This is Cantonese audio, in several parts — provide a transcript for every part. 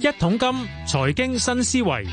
一桶金財經新思維，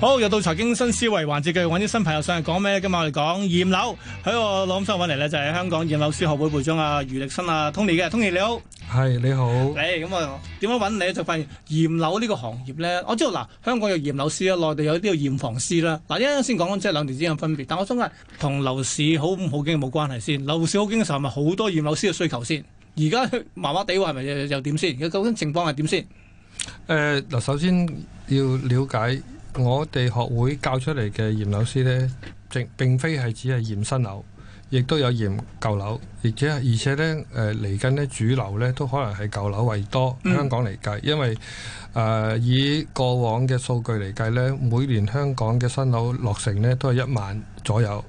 好，又到財經新思維環節，繼續揾啲新朋友上嚟講咩？今日我哋講驗樓，喺我諗想揾嚟咧就係香港驗樓師學會會長啊余力生啊 Tony 嘅，Tony 你好。係你好，嚟咁啊，點樣揾你就發現驗樓呢個行業咧，我知道嗱，香港有驗樓師啦，內地有呢個驗房師啦。嗱，一陣先講即係兩條之間嘅分別，但我想問同樓市好唔好景冇關係先。樓市好景嘅時候，係咪好多驗樓師嘅需求先？而家麻麻地話係咪又又點先？而家究竟情況係點先？誒呃嗱、首先要了解我哋學會教出嚟嘅驗樓師呢，並並非係只係驗新樓，亦都有驗舊樓，而且而且呢，誒嚟緊呢主流呢都可能係舊樓為多，嗯香港嚟計，因為誒、呃以過往嘅數據嚟計呢，每年香港嘅新樓落成呢都係一萬左右，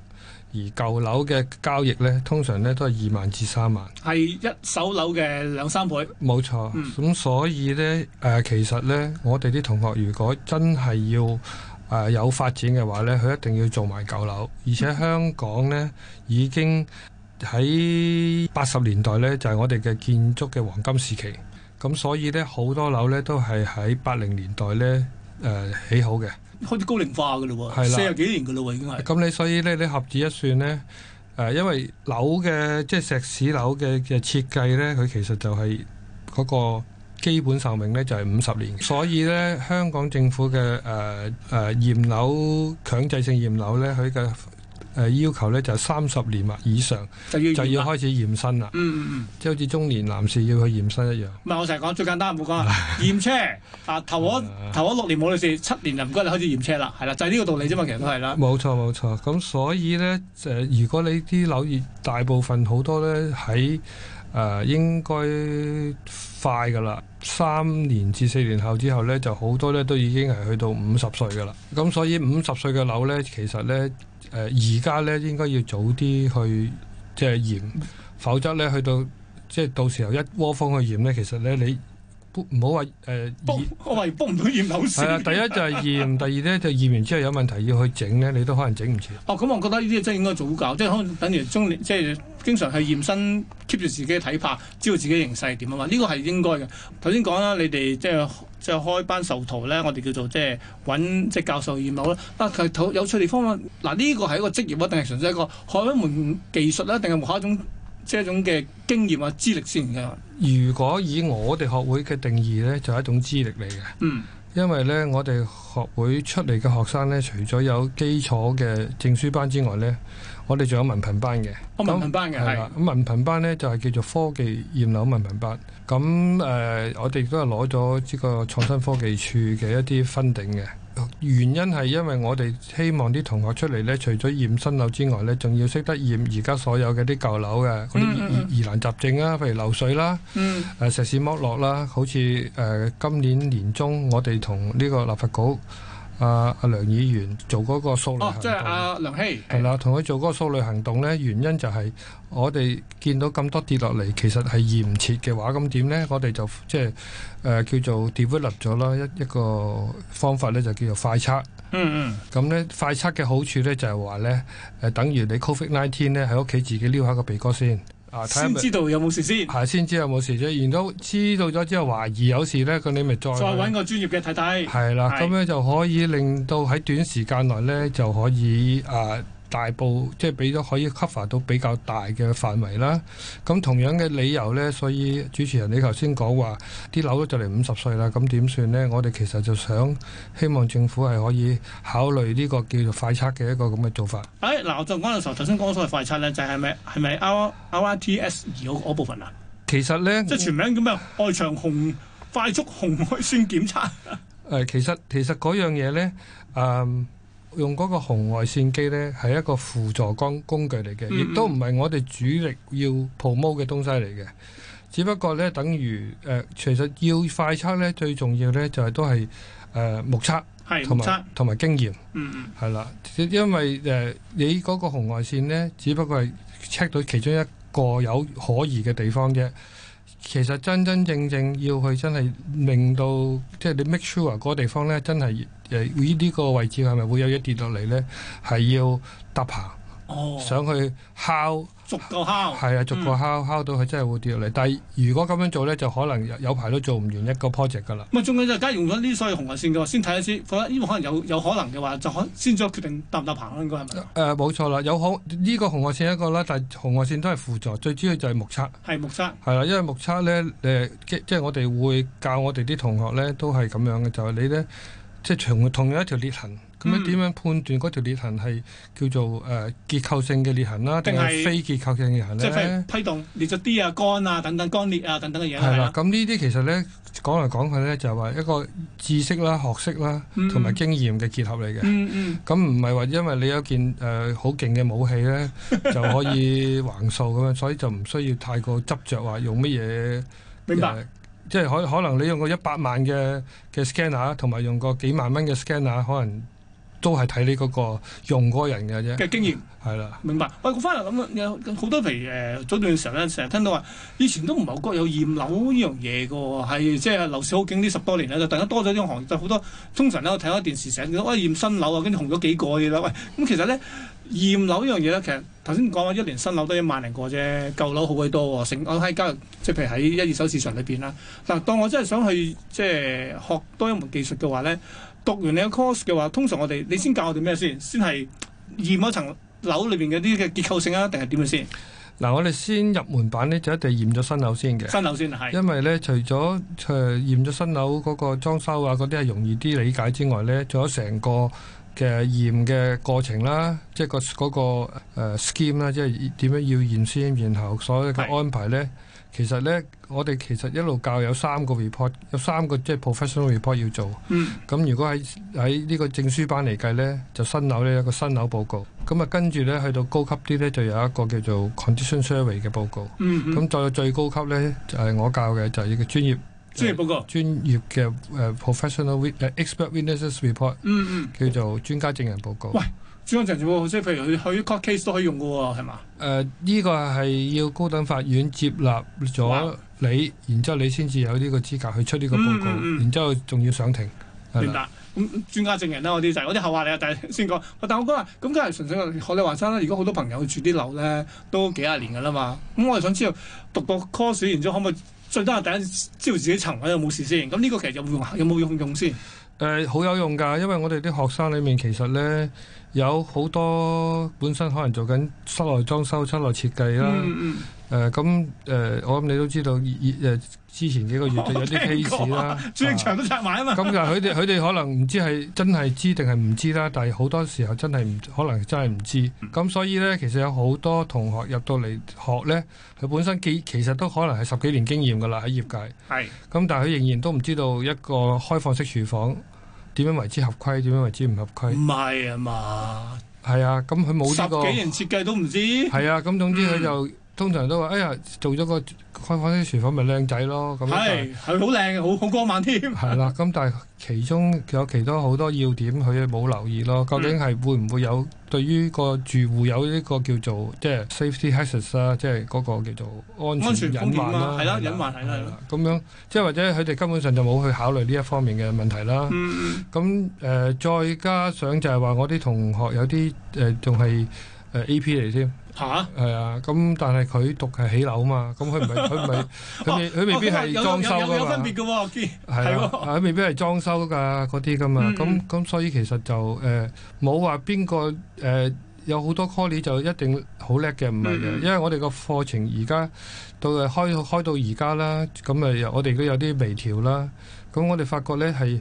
而舊樓嘅交易呢，通常呢都係二萬至三萬。係一手樓嘅兩三倍。冇錯，嗯咁、所以呢，誒、其實呢，我哋啲同學如果真係要誒、有發展嘅話呢，佢一定要做埋舊樓，而且香港呢已經喺八十年代呢，就係、我哋嘅建築嘅黃金時期，咁所以呢，好多樓呢都係喺八零年代呢誒、起好嘅，開始高齡化嘅咯喎，係啦四十幾年嘅咯喎已經係。啊咁你所以呢，你合指一算呢。誒、因為樓嘅即係石屎樓嘅嘅設計呢，佢其實就係嗰個基本壽命呢，就係五十年，所以呢，香港政府嘅呃誒誒驗樓強制性驗樓呢，佢嘅呃誒要求呢，就係三十年或以上就要就驗要啦開始驗身啦，嗯嗯嗯，即係好似中年男士要去驗身一樣。唔係我成日講最簡單，唔好講啦，驗車啊，頭嗰頭嗰六年冇你事，七年就唔該你開始驗車啦，係啦，就係呢個道理啫嘛，其實都係啦。冇錯冇錯，咁所以呢，誒、如果你啲樓業大部分好多呢喺誒、呃、應該快噶啦，三年至四年後之後呢，就好多呢都已經係去到五十歲噶啦。咁所以五十歲嘅樓呢，其實呢，誒而家呢應該要早啲去即係驗，否則呢去到即係到時候一窩蜂去驗呢，其實呢你唔好話誒。呃 book 我話 book 唔到驗樓係啊，先。第一就係驗，第二呢就驗完之後有問題要去整呢，你都可能整唔切。哦，咁我覺得呢啲真係應該早教，即係可能等於中年，即係經常去驗身，keep 住自己嘅體魄，知道自己形勢係點啊嘛。呢個係應該嘅。頭先講啦，你哋即係即係開班授徒咧，我哋叫做即係揾即係教授驗樓啦。啊，其實有趣地方啊，嗱呢個係一個職業啊，定係純粹一個學一門技術啦，定係學一種即係一種嘅經驗啊、資歷先嘅。如果以我哋學會嘅定義呢，就係一種資歷嚟嘅，嗯，因為呢，我哋學會出嚟嘅學生呢，除咗有基礎嘅證書班之外呢，我哋仲有文憑班嘅。我文憑班嘅係啦係，咁文憑班呢，就係叫做科技驗樓文憑班。咁誒、呃我哋都係攞咗呢個創新科技處嘅一啲分定嘅。原因係因為我哋希望啲同學出嚟呢，除咗驗新樓之外呢，仲要識得驗而家所有嘅啲舊樓嘅嗰嗯嗯嗯啲疑疑難雜症啊，譬如漏水啦。嗯誒石屎剝落啦，好似誒、呃今年年中我哋同呢個立法局阿阿、梁議員做嗰個掃雷哦行，即係動，阿梁希係啦、同佢做嗰個掃雷行動呢，原因就係我哋見到咁多跌落嚟，其實係驗唔切嘅話，咁點呢？我哋就即係誒、呃叫做 develop 咗啦一一個方法呢，就叫做快測。嗯嗯。咁咧快測嘅好處咧就係話咧誒，等於你 Covid nineteen 咧喺屋企自己撩下個鼻哥先啊，睇下先咪知道有冇事先，係先知有啊冇事啫。然都知道咗之後，懷疑有事咧，咁你咪再再揾個專業嘅睇睇。係啦。係咁咧就可以令到喺短時間內咧就可以啊。大部即係俾咗可以 cover 到比較大嘅範圍啦。咁同樣嘅理由呢，所以主持人你頭先講話啲樓都就嚟五十歲啦，咁點算呢？我哋其實就想希望政府係可以考慮呢個叫做快測嘅一個咁嘅做法。哎，嗱，我就講嘅時候，頭先講所謂快測咧，就係咪係咪 R R T S 二嗰嗰部分啊？其實呢，即係全名叫咩？外牆紅快速紅外線檢查。誒、呃其實其實嗰樣嘢呢，誒、用嗰個紅外線機呢，係一個輔助工工具嚟嘅，嗯亦都唔係我哋主力要 promote 嘅東西嚟嘅。只不過呢，等於誒、其實要快測呢，最重要呢就係、都係誒、呃目測係同唔測埋，同埋經驗嗯嗯，係啦。因為誒、你嗰個紅外線呢，只不過係 check 到其中一個有可疑嘅地方啫。其實真真正正要去真係令到，即係你 make sure 嗰個地方呢，真係誒呢呢個位置係咪會有嘢跌落嚟呢？係要搭棚哦，嗯上去敲逐個敲。係啊，逐個敲敲到佢真係會跌落嚟。但係如果咁樣做咧，就可能有有排都做唔完一個 project 㗎啦。咁啊，仲有就係梗係用咗呢啲所謂紅外線嘅話，先睇下先，覺得呢個可能有有可能嘅話，就可先再決定搭唔搭棚咯，應該係咪？誒冇、錯啦，有可呢、個紅外線一個啦，但係紅外線都係輔助，最主要就係目測。係目測，係啦，因為目測咧，誒、即即係我哋會教我哋啲同學咧，都係咁樣嘅，就係、你咧，即係同同樣一條裂痕，咁嗯樣點樣判斷嗰條裂痕係叫做誒、結構性嘅裂痕啦，定定係係非結構性嘅裂痕即係譬咧如？批動裂咗啲啊、乾啊、等等乾裂啊、等等嘅嘢啦係係啦啦，。咁呢啲其實咧講嚟講去咧，就係話一個知識啦、學識啦，嗯同埋經驗嘅結合嚟嘅。嗯嗯，咁唔係話因為你有一件誒好勁嘅武器咧，就可以 橫掃咁樣，所以就唔需要太過執着話用乜嘢。明白。呃即係可可能你用個一百萬嘅嘅 scanner，同埋用個幾萬蚊嘅 scanner，可能都係睇你嗰個用嗰個人嘅啫，嘅經驗。係啦。明白。喂，我翻嚟咁啊，有好多譬如誒、呃早段時候咧，成日聽到話，以前都唔係好覺有驗樓呢樣嘢嘅喎，係即係樓市好景呢十多年咧，就突然間多咗呢種行業，就好多通常咧，我睇開電視成日都喂驗新樓啊，跟住紅咗幾個嘅啦。喂，咁其實咧驗樓呢樣嘢咧，其實頭先講話一年新樓都一萬零個啫，舊樓好鬼多喎，成我喺交易即係譬如喺一二手市場裏邊啦。嗱，當我真係想去即係學多一門技術嘅話咧，讀完你嘅 course 嘅話，通常我哋你先教我哋咩先？先係驗嗰層。樓裏邊嗰啲嘅結構性啊，定係點樣先？嗱，我哋先入門版呢，就一定驗咗新樓先嘅。新樓先啊係。因為咧，除咗誒驗咗新樓嗰個裝修啊嗰啲係容易啲理解之外咧，仲有成個嘅驗嘅過程啦，即係個嗰個、呃 scheme 啦，即係點樣要驗先，然後所有嘅係安排咧，其實咧我哋其實一路教有三個 report，有三個即係 professional report 要做。嗯，咁如果喺喺呢個證書班嚟計呢，就新樓呢有一個新樓報告，咁啊跟住呢，去到高級啲呢，就有一個叫做 condition survey 嘅報告。嗯咁嗯，再到最高級咧，就係、我教嘅就係一個專業專業報告。專業嘅誒、呃 professional wit- 呃 expert witnesses report，嗯嗯，叫做專家證人報告。喂專誒業證報告即係譬如去去 court case 都可以用嘅喎，係嘛？呃呢、個係要高等法院接納咗哇你，然之後你先至有呢個資格去出呢個報告，嗯嗯嗯然之後仲要上庭。係啦明白。咁專家證人啦，我啲就係我啲後話嚟啊，但係先講。但我覺得咁梗係純粹學你話齋啦。如果好多朋友住啲樓咧，都幾廿年㗎啦嘛。咁我係想知道讀個 course，然之後可唔可以最低係第一知道自己層位有冇事先？咁呢個其實有冇用？有冇用用先？誒呃好、有用㗎，因為我哋啲學生裏面其實呢，有好多本身可能做緊室內裝修、室內設計啦。嗯誒咁誒，我諗你都知道，以誒之前幾個月就有啲 case 啦。嗯，主力場都拆埋啊啊嘛。咁就佢哋佢哋可能唔知係真係知定係唔知啦，但係好多時候真係唔可能真係唔知。嗯咁所以呢，其實有好多同學入到嚟學呢，佢本身幾其實都可能係十幾年經驗㗎啦喺業界。係咁但係佢仍然都唔知道一個開放式廚房點樣為之合規，點樣為之唔合唔規。係啊嘛？係啊，咁佢冇呢十個幾。人設計都唔知。係啊，咁總之佢就通常都話：哎呀，做咗個開放式廚房咪靚仔咯。咁但係係係好靚，好好光猛添。係啦，咁但係其中有其他好多要點，佢冇留意咯。嗯究竟係會唔會有對於個住戶有呢個叫做即係 safety hazards 啦，即係嗰個叫做安安全全風隱險患啦啊，，係啦，隱患係啦係啦。。咁樣即係或者佢哋根本上就冇去考慮呢一方面嘅問題啦。嗯，咁誒、呃再加上就係話我啲同學有啲誒仲係誒 A.P. 嚟添。嚇！係啊，咁但係佢讀係起樓嘛，咁佢唔係佢唔係佢未佢未必哦係有裝修有有有噶分嘛別，嘅喎，見係係啊喎啊，未必係裝修噶嗰啲噶嘛，嗯嗯咁咁所以其實就誒冇話邊個誒有好多 call 就一定好叻嘅，唔係嗯嘅，嗯因為我哋個課程而家到誒開開到而家啦，咁誒我哋都有啲微調啦，咁我哋發覺咧係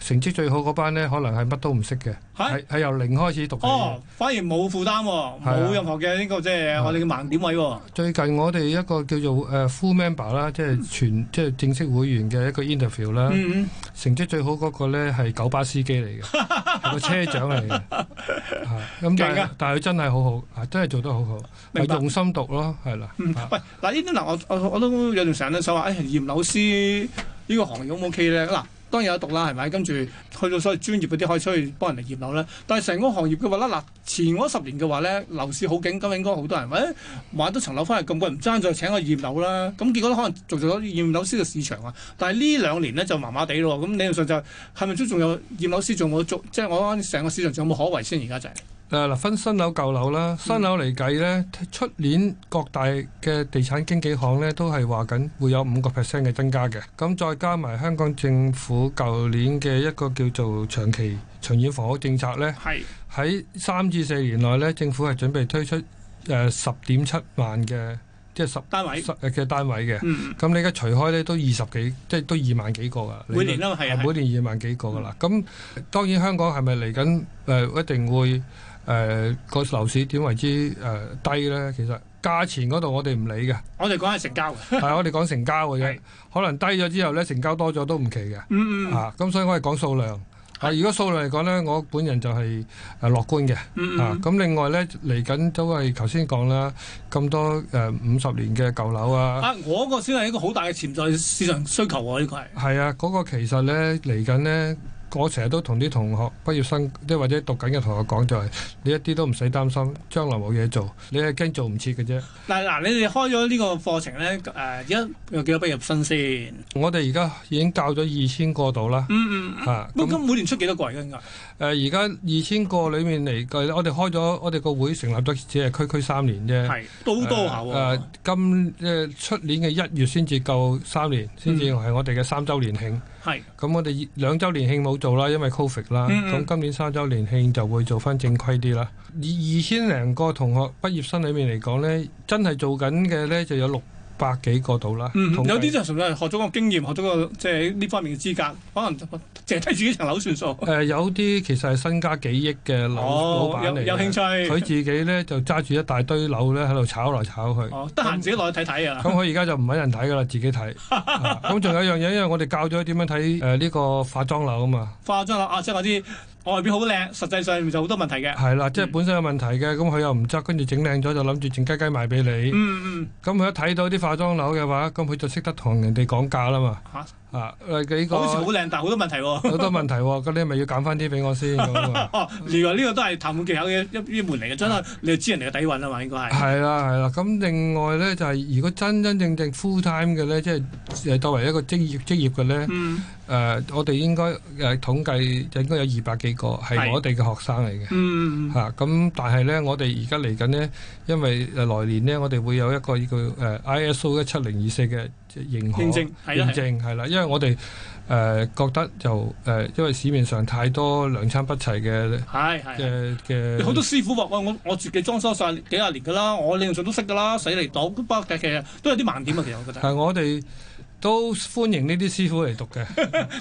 成績最好嗰班咧，可能係乜都唔識嘅，嚇係係由零開始讀起嘅。哦，反而冇負擔喎，係啊啊冇任何嘅呢個即係我哋嘅盲點位喎。最近我哋一個叫做誒、呃 full member 啦，即係全即係正式會員嘅一個 interview 啦，嗯嗯，成績最好嗰個咧係九巴 司機嚟嘅，係個車長嚟嘅，啊咁但勁係啊但係佢真係好好，啊真係做得好好，明係白。用心讀咯，係啦，嗯啊喂，嗱呢啲嗱，我我我都有段時間咧想話，誒、哎、驗樓師呢個行業 O 唔 OK 咧？嗱，當然有得讀啦，係咪？跟住去到所謂專業嗰啲可以出去幫人哋驗樓啦。但係成個行業嘅話咧，嗱前嗰十年嘅話咧，樓市好景，咁應該好多人話、哎、買到層樓翻嚟咁貴，唔爭再請個驗樓啦。咁結果咧可能做咗驗樓師嘅市場啊。但係呢兩年咧就麻麻地咯。咁理論上就係咪都仲有驗樓師仲有做？即係我覺得成個市場仲有冇可為先？而家就係、誒嗱，分新樓舊樓啦，新樓嚟計呢，出年各大嘅地產經紀行呢，都係話緊會有五個 percent 嘅增加嘅，咁再加埋香港政府舊年嘅一個叫做長期長遠房屋政策呢，係喺三至四年內呢，政府係準備推出誒十點七萬嘅，即係十單位十。呃嘅單位嘅。嗯，咁你而家除開咧都二十幾，即係都二萬幾個噶。每年啦係啊嗯係每年二萬幾個噶啦。咁當然香港係咪嚟緊呃誒一定會誒個、樓市點為之誒、呃低咧？其實價錢嗰度我哋唔理嘅， 我哋講係成交嘅。係我哋講成交嘅啫係。可能低咗之後咧，成交多咗都唔奇嘅。嗯嗯啊，咁所以我係講數量。啊，如果數量嚟講咧，我本人就係誒樂觀嘅。嗯啊，嗯，咁另外咧嚟緊都係頭先講啦，咁多誒五十年嘅舊樓啊。啊，我個先係一個好大嘅潛在市場需求喎，呢個係。係啊，嗰、個其實呢，嚟緊呢，我成日都同啲同學畢業生，即係或者讀緊嘅同學講就係、你一啲都唔使擔心，將來冇嘢做，你係驚做唔切嘅啫。嗱嗱，你哋開咗呢個課程咧，誒而家有幾多畢業生先？我哋而家已經教咗二千個度啦。嗯嗯。啊，咁咁咁誒每年出幾多個嚟㗎？應該而家二千個裏面嚟計，我哋開咗我哋個會成立咗只係區區三年啫。係都多下誒、誒喎。呃今誒出年嘅一月先至夠三嗯年，先至係我哋嘅三週年慶。係咁我哋兩週年慶冇做啦，因為 Covid 啦。咁、嗯嗯今年三週年慶就會做翻正規啲啦。以二千零個同學畢業生裏面嚟講呢，真係做緊嘅呢就有六百幾個度啦。嗯統計有啲就純粹係學咗個經驗，學咗個即係呢方面嘅資格，可能淨係睇自己層樓算數。誒、呃有啲其實係身家幾億嘅老、哦，老闆有嚟嘅，有興趣。佢自己呢就揸住一大堆樓呢喺度炒嚟炒去。哦，得閒自己落去睇睇啊咁。佢而家就唔揾人睇噶啦，自己睇。 啊咁仲、有一樣嘢，因為我哋教咗點樣睇誒呢個化妝樓啊嘛。化妝啦，啊，即係嗰啲外表好靚，實際上就好多問題嘅。係啦，即係嗯本身有問題嘅，咁佢又唔執，跟住整靚咗就諗住靜雞雞賣俾你。嗯嗯，咁佢一睇到啲化妝樓嘅話，咁佢就識得同人哋講價啦嘛。嚇啊，誒呢個好似好靚，但係好多問題喎。。好多問題喎，咁你咪要減翻啲俾我先咁 啊哦，原來呢個都係談判技巧嘅一一門嚟嘅，真係你就知人哋嘅底韻啊嘛，應該係。係啦係啦，咁另外咧就係、如果真真正正 full time 嘅咧，即係誒作為一個職業職業嘅咧，誒、嗯呃我哋應該誒、統計就應該有二百幾個係係我哋嘅學生嚟嘅。嗯，嗯嗯嚇咁、但係咧，我哋而家嚟緊呢，因為呃誒來年呢，我哋會有一個呢呃個誒 ISO 一七零二四嘅認可認證係啦認證係啦，因為我哋誒、呃覺得就誒、因為市面上太多良莠不齊嘅係係。嘅好多嘅師傅話：喂，我我自己裝修晒幾廿年㗎啦，我理論上都識㗎啦，使嚟到。不過其實都有啲盲點啊，其實我覺得。係我哋都歡迎呢啲師傅嚟讀 嘅，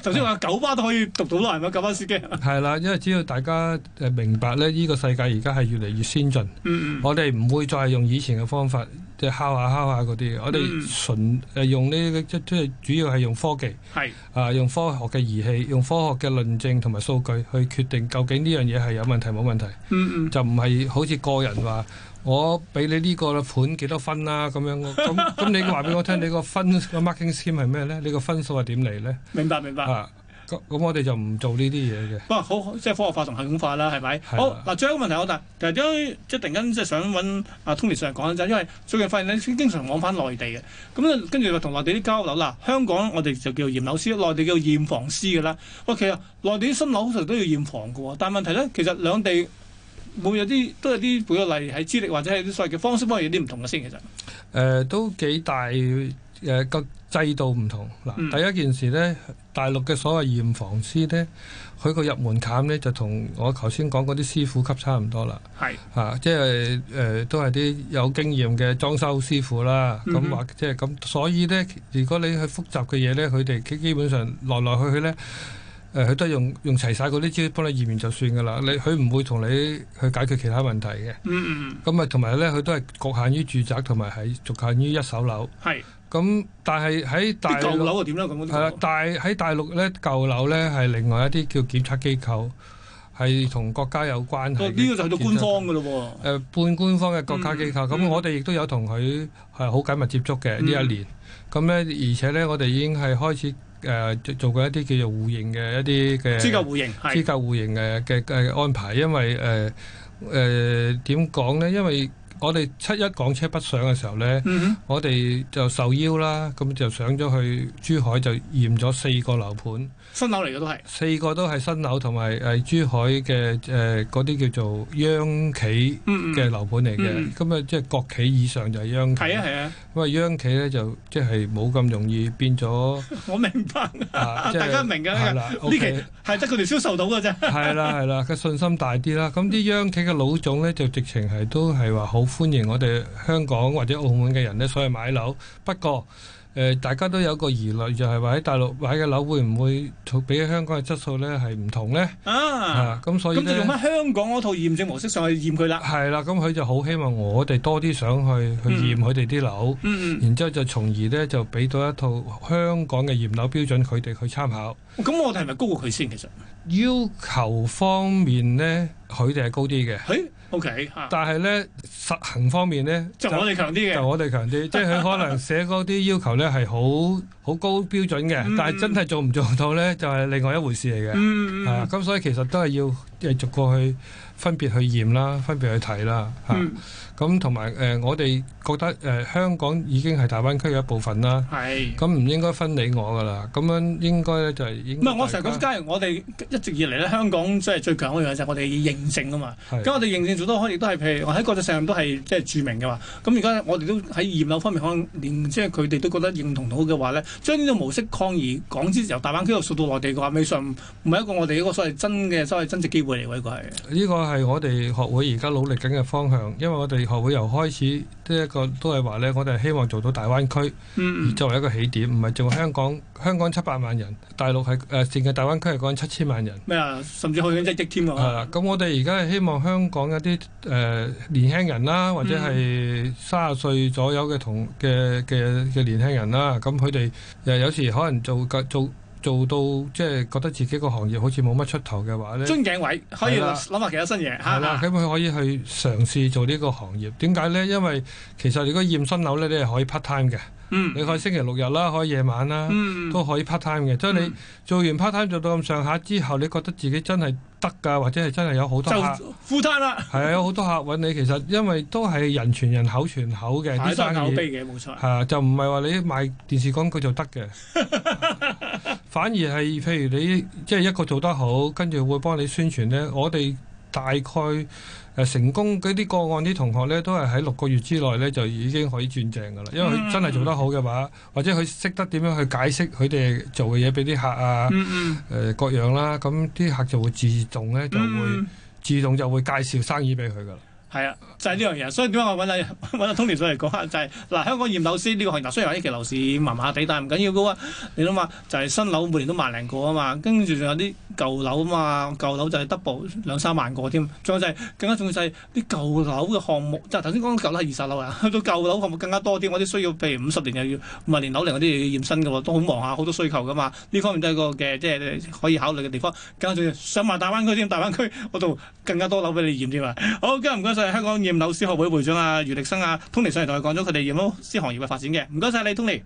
頭先話九巴都可以讀到啦，係咪九巴司機？係啦，因為只要大家誒明白咧，呢、個世界而家係越嚟越先進。嗯嗯。我哋唔會再係用以前嘅方法，即係敲下敲下嗰啲，我嗯哋純誒用呢個即即係主要係用科技係啊，用科學嘅儀器，用科學嘅論證同埋數據去決定究竟呢樣嘢係有問題冇問題，嗯嗯。就唔係好似個人話我俾你呢個盤幾多分啦、咁樣，咁咁你話俾我聽，你個分個 marking scheme 係咩呢？你個分數係點嚟呢？明白明白。啊，咁咁我哋就唔做呢啲嘢嘅。不過好即係科學化同系統化啦，係咪？係好啦嗱，最後一個問題我但其實都即係突然間即係想揾阿 Tony 上嚟講一陣，因為最近發現咧經常往返內地嘅，咁咧跟住就同內地啲交流啦。香港我哋就叫驗樓師，內地叫驗房師嘅啦。喂，其實內地啲新樓好實都要驗房嘅喎，但係問題咧，其實兩地會唔會有啲都有啲舉個例喺資歷或者係啲所謂嘅方式方面有啲唔同嘅先，其實誒、呃都幾大誒個、制度唔同嗱。嗯第一件事呢，大陸嘅所謂驗房師呢，佢個入門檻呢，就同我頭先講嗰啲師傅級差唔多啦係嚇、啊即係誒、都係啲有經驗嘅裝修師傅啦。咁嗯哼或即係咁，所以呢，如果你去複雜嘅嘢呢，佢哋基基本上來來去去呢。誒佢都係用用齊晒嗰啲資料幫你驗完就算㗎啦，你佢唔會同你去解決其他問題嘅。嗯嗯咁啊，同埋咧，佢都係局限於住宅，同埋係局限於一手樓。係咁但係喺大啲舊陸樓又點咧咁嗰係啦啲，大喺大陸咧舊樓咧係另外一啲叫檢測機構，係同國家有關係哦嘅。呢個就去到官方嘅咯誒、半官方嘅國家機構，咁、嗯嗯我哋亦都有同佢係好緊密接觸嘅嗯呢、一年。咁咧，而且咧，我哋已經係開始誒、呃做做過一啲叫做互認嘅一啲嘅喎，資格互認資係格互認嘅嘅嘅安排，因為誒誒點講呢？因為我哋七一港車北上嘅時候呢，嗯我哋就受邀啦，咁就上咗去珠海就驗咗四個樓盤，哼，新樓嚟嘅都係，四個都係新樓同埋誒珠海嘅誒嗰啲叫做央企嗯嗯，嘅樓盤嚟嗯嘅，咁啊即係國企以上就係央企，係啊係啊， 咁啊央企呢，就即係冇咁容易變咗 我明白，啊，即係大家明㗎係啦呢，OK 期係得佢哋銷售到嘅啫。係啦係啦，個信心大啲啦。咁啲央企嘅老總呢，就直情係都係話好歡迎我哋香港或者澳門嘅人呢，所以買樓。不過誒、呃大家都有個疑慮，就係話喺大陸買嘅樓會唔會比香港嘅質素呢係唔同呢？啊啊，，咁所以咁就呢用，翻香港嗰套驗證模式上去驗佢啦。係啦，咁佢就好希望我哋多啲想去去驗佢哋啲樓，嗯然之後就從而呢，就俾到一套香港嘅驗樓標準佢哋去參考。嗯，咁我哋係咪高過佢先？其實，要求方面呢，佢哋係高啲嘅。誒，OK 嚇，但係咧實行方面咧，就我哋強啲就嘅。我 哋強啲，即係佢可能寫嗰啲要求咧係好好高標準嘅，嗯但係真係做唔做到咧就係、另外一回事嚟嘅。嗯啊，嗯咁所以其實都係要即係逐個去分別去驗啦，分別去睇啦，嚇、嗯，咁同埋誒，我哋覺得誒、香港已經係大灣區嘅一部分啦，係。咁唔應該分你我噶啦，咁樣應該咧就係應唔該係，我成日覺得，假如我哋一直以嚟咧，香港即係最強嗰樣嘢就係我哋認證啊嘛。係咁我哋認證做得可以，亦都係譬如我喺國際上都係即係著名嘅話。咁而家我哋都喺驗樓方面，可能連即係佢哋都覺得認同到嘅話咧，將呢種模式擴而港之由大灣區度數到內地嘅話，未上唔係一個我哋一個所謂真嘅所謂真正機會嚟喎，呢個係。呢個係我哋學會而家努力緊嘅方向，因為我哋學會由開始呢一個都係話呢，我哋係希望做到大灣區嗯而作為一個起點，唔係淨係香港。香港七百萬人，大陸係誒淨係大灣區係講緊七千萬人。咩啊？甚至去緊一億添係啦啊！，咁我哋而家係希望香港一啲誒、呃年輕人啦，或者係三十歲左右嘅同嘅嘅嘅年輕人啦，咁佢哋誒有時可能做做做到即係覺得自己個行業好似冇乜出頭嘅話呢。樽頸位可以係啦諗下其他新嘢係啦，嚇。咁佢可以去嘗試做呢個行業。點解呢？因為其實如果驗新樓呢，你係可以 part time 嘅，嗯你可以星期六日啦，可以夜晚啦，嗯都可以 part time 嘅。即係你做完 part time 做到咁上下之後，你覺得自己真係得㗎，或者係真係有好多就客， full time 啦，係啊，有好多客揾你。其實因為都係人傳人口傳口嘅啲係都係口生意。碑嘅，冇錯。係啊，就唔係話你賣電視廣告就 得嘅，反而係譬如你即係一個做得好，跟住會幫你宣傳呢。我哋大概誒、呃成功嗰啲個案啲同學呢，都係喺六個月之內呢，就已經可以轉正㗎啦。因為嗯佢真係做得好嘅話，或者佢識得點樣去解釋佢哋做嘅嘢俾啲客啊，誒、嗯嗯各樣啦，咁啲客就會自動呢，就會、嗯。自動就會介紹生意俾佢㗎啦。係啊，就係呢樣嘢，所以點解我揾阿 揾阿 Tony 上嚟講下，啊就係、嗱香港驗樓師呢個行業，雖然話呢期樓市麻麻地，但係唔緊要嘅喎。你諗下，就係、新樓每年都萬零個啊嘛，跟住仲有啲舊樓啊嘛，舊樓就係 double 兩三萬個添。仲有就係、更加重要就係啲舊樓嘅項目，就係頭先講舊樓係二手樓啊，去 到舊樓項目更加多啲。我啲需要譬如五十年又要五十年樓齡嗰啲要驗新嘅喎，都好忙下，好多需求噶嘛。呢方面都係一個嘅即係可以考慮嘅地方。更加重要上埋大灣區添，大灣區嗰度更加多樓俾你驗添啊！好，今日唔該晒香港驗樓師學會會長啊余力生啊，Tony 上嚟同佢講咗佢哋驗樓師行業嘅發展嘅，唔該晒你，Tony。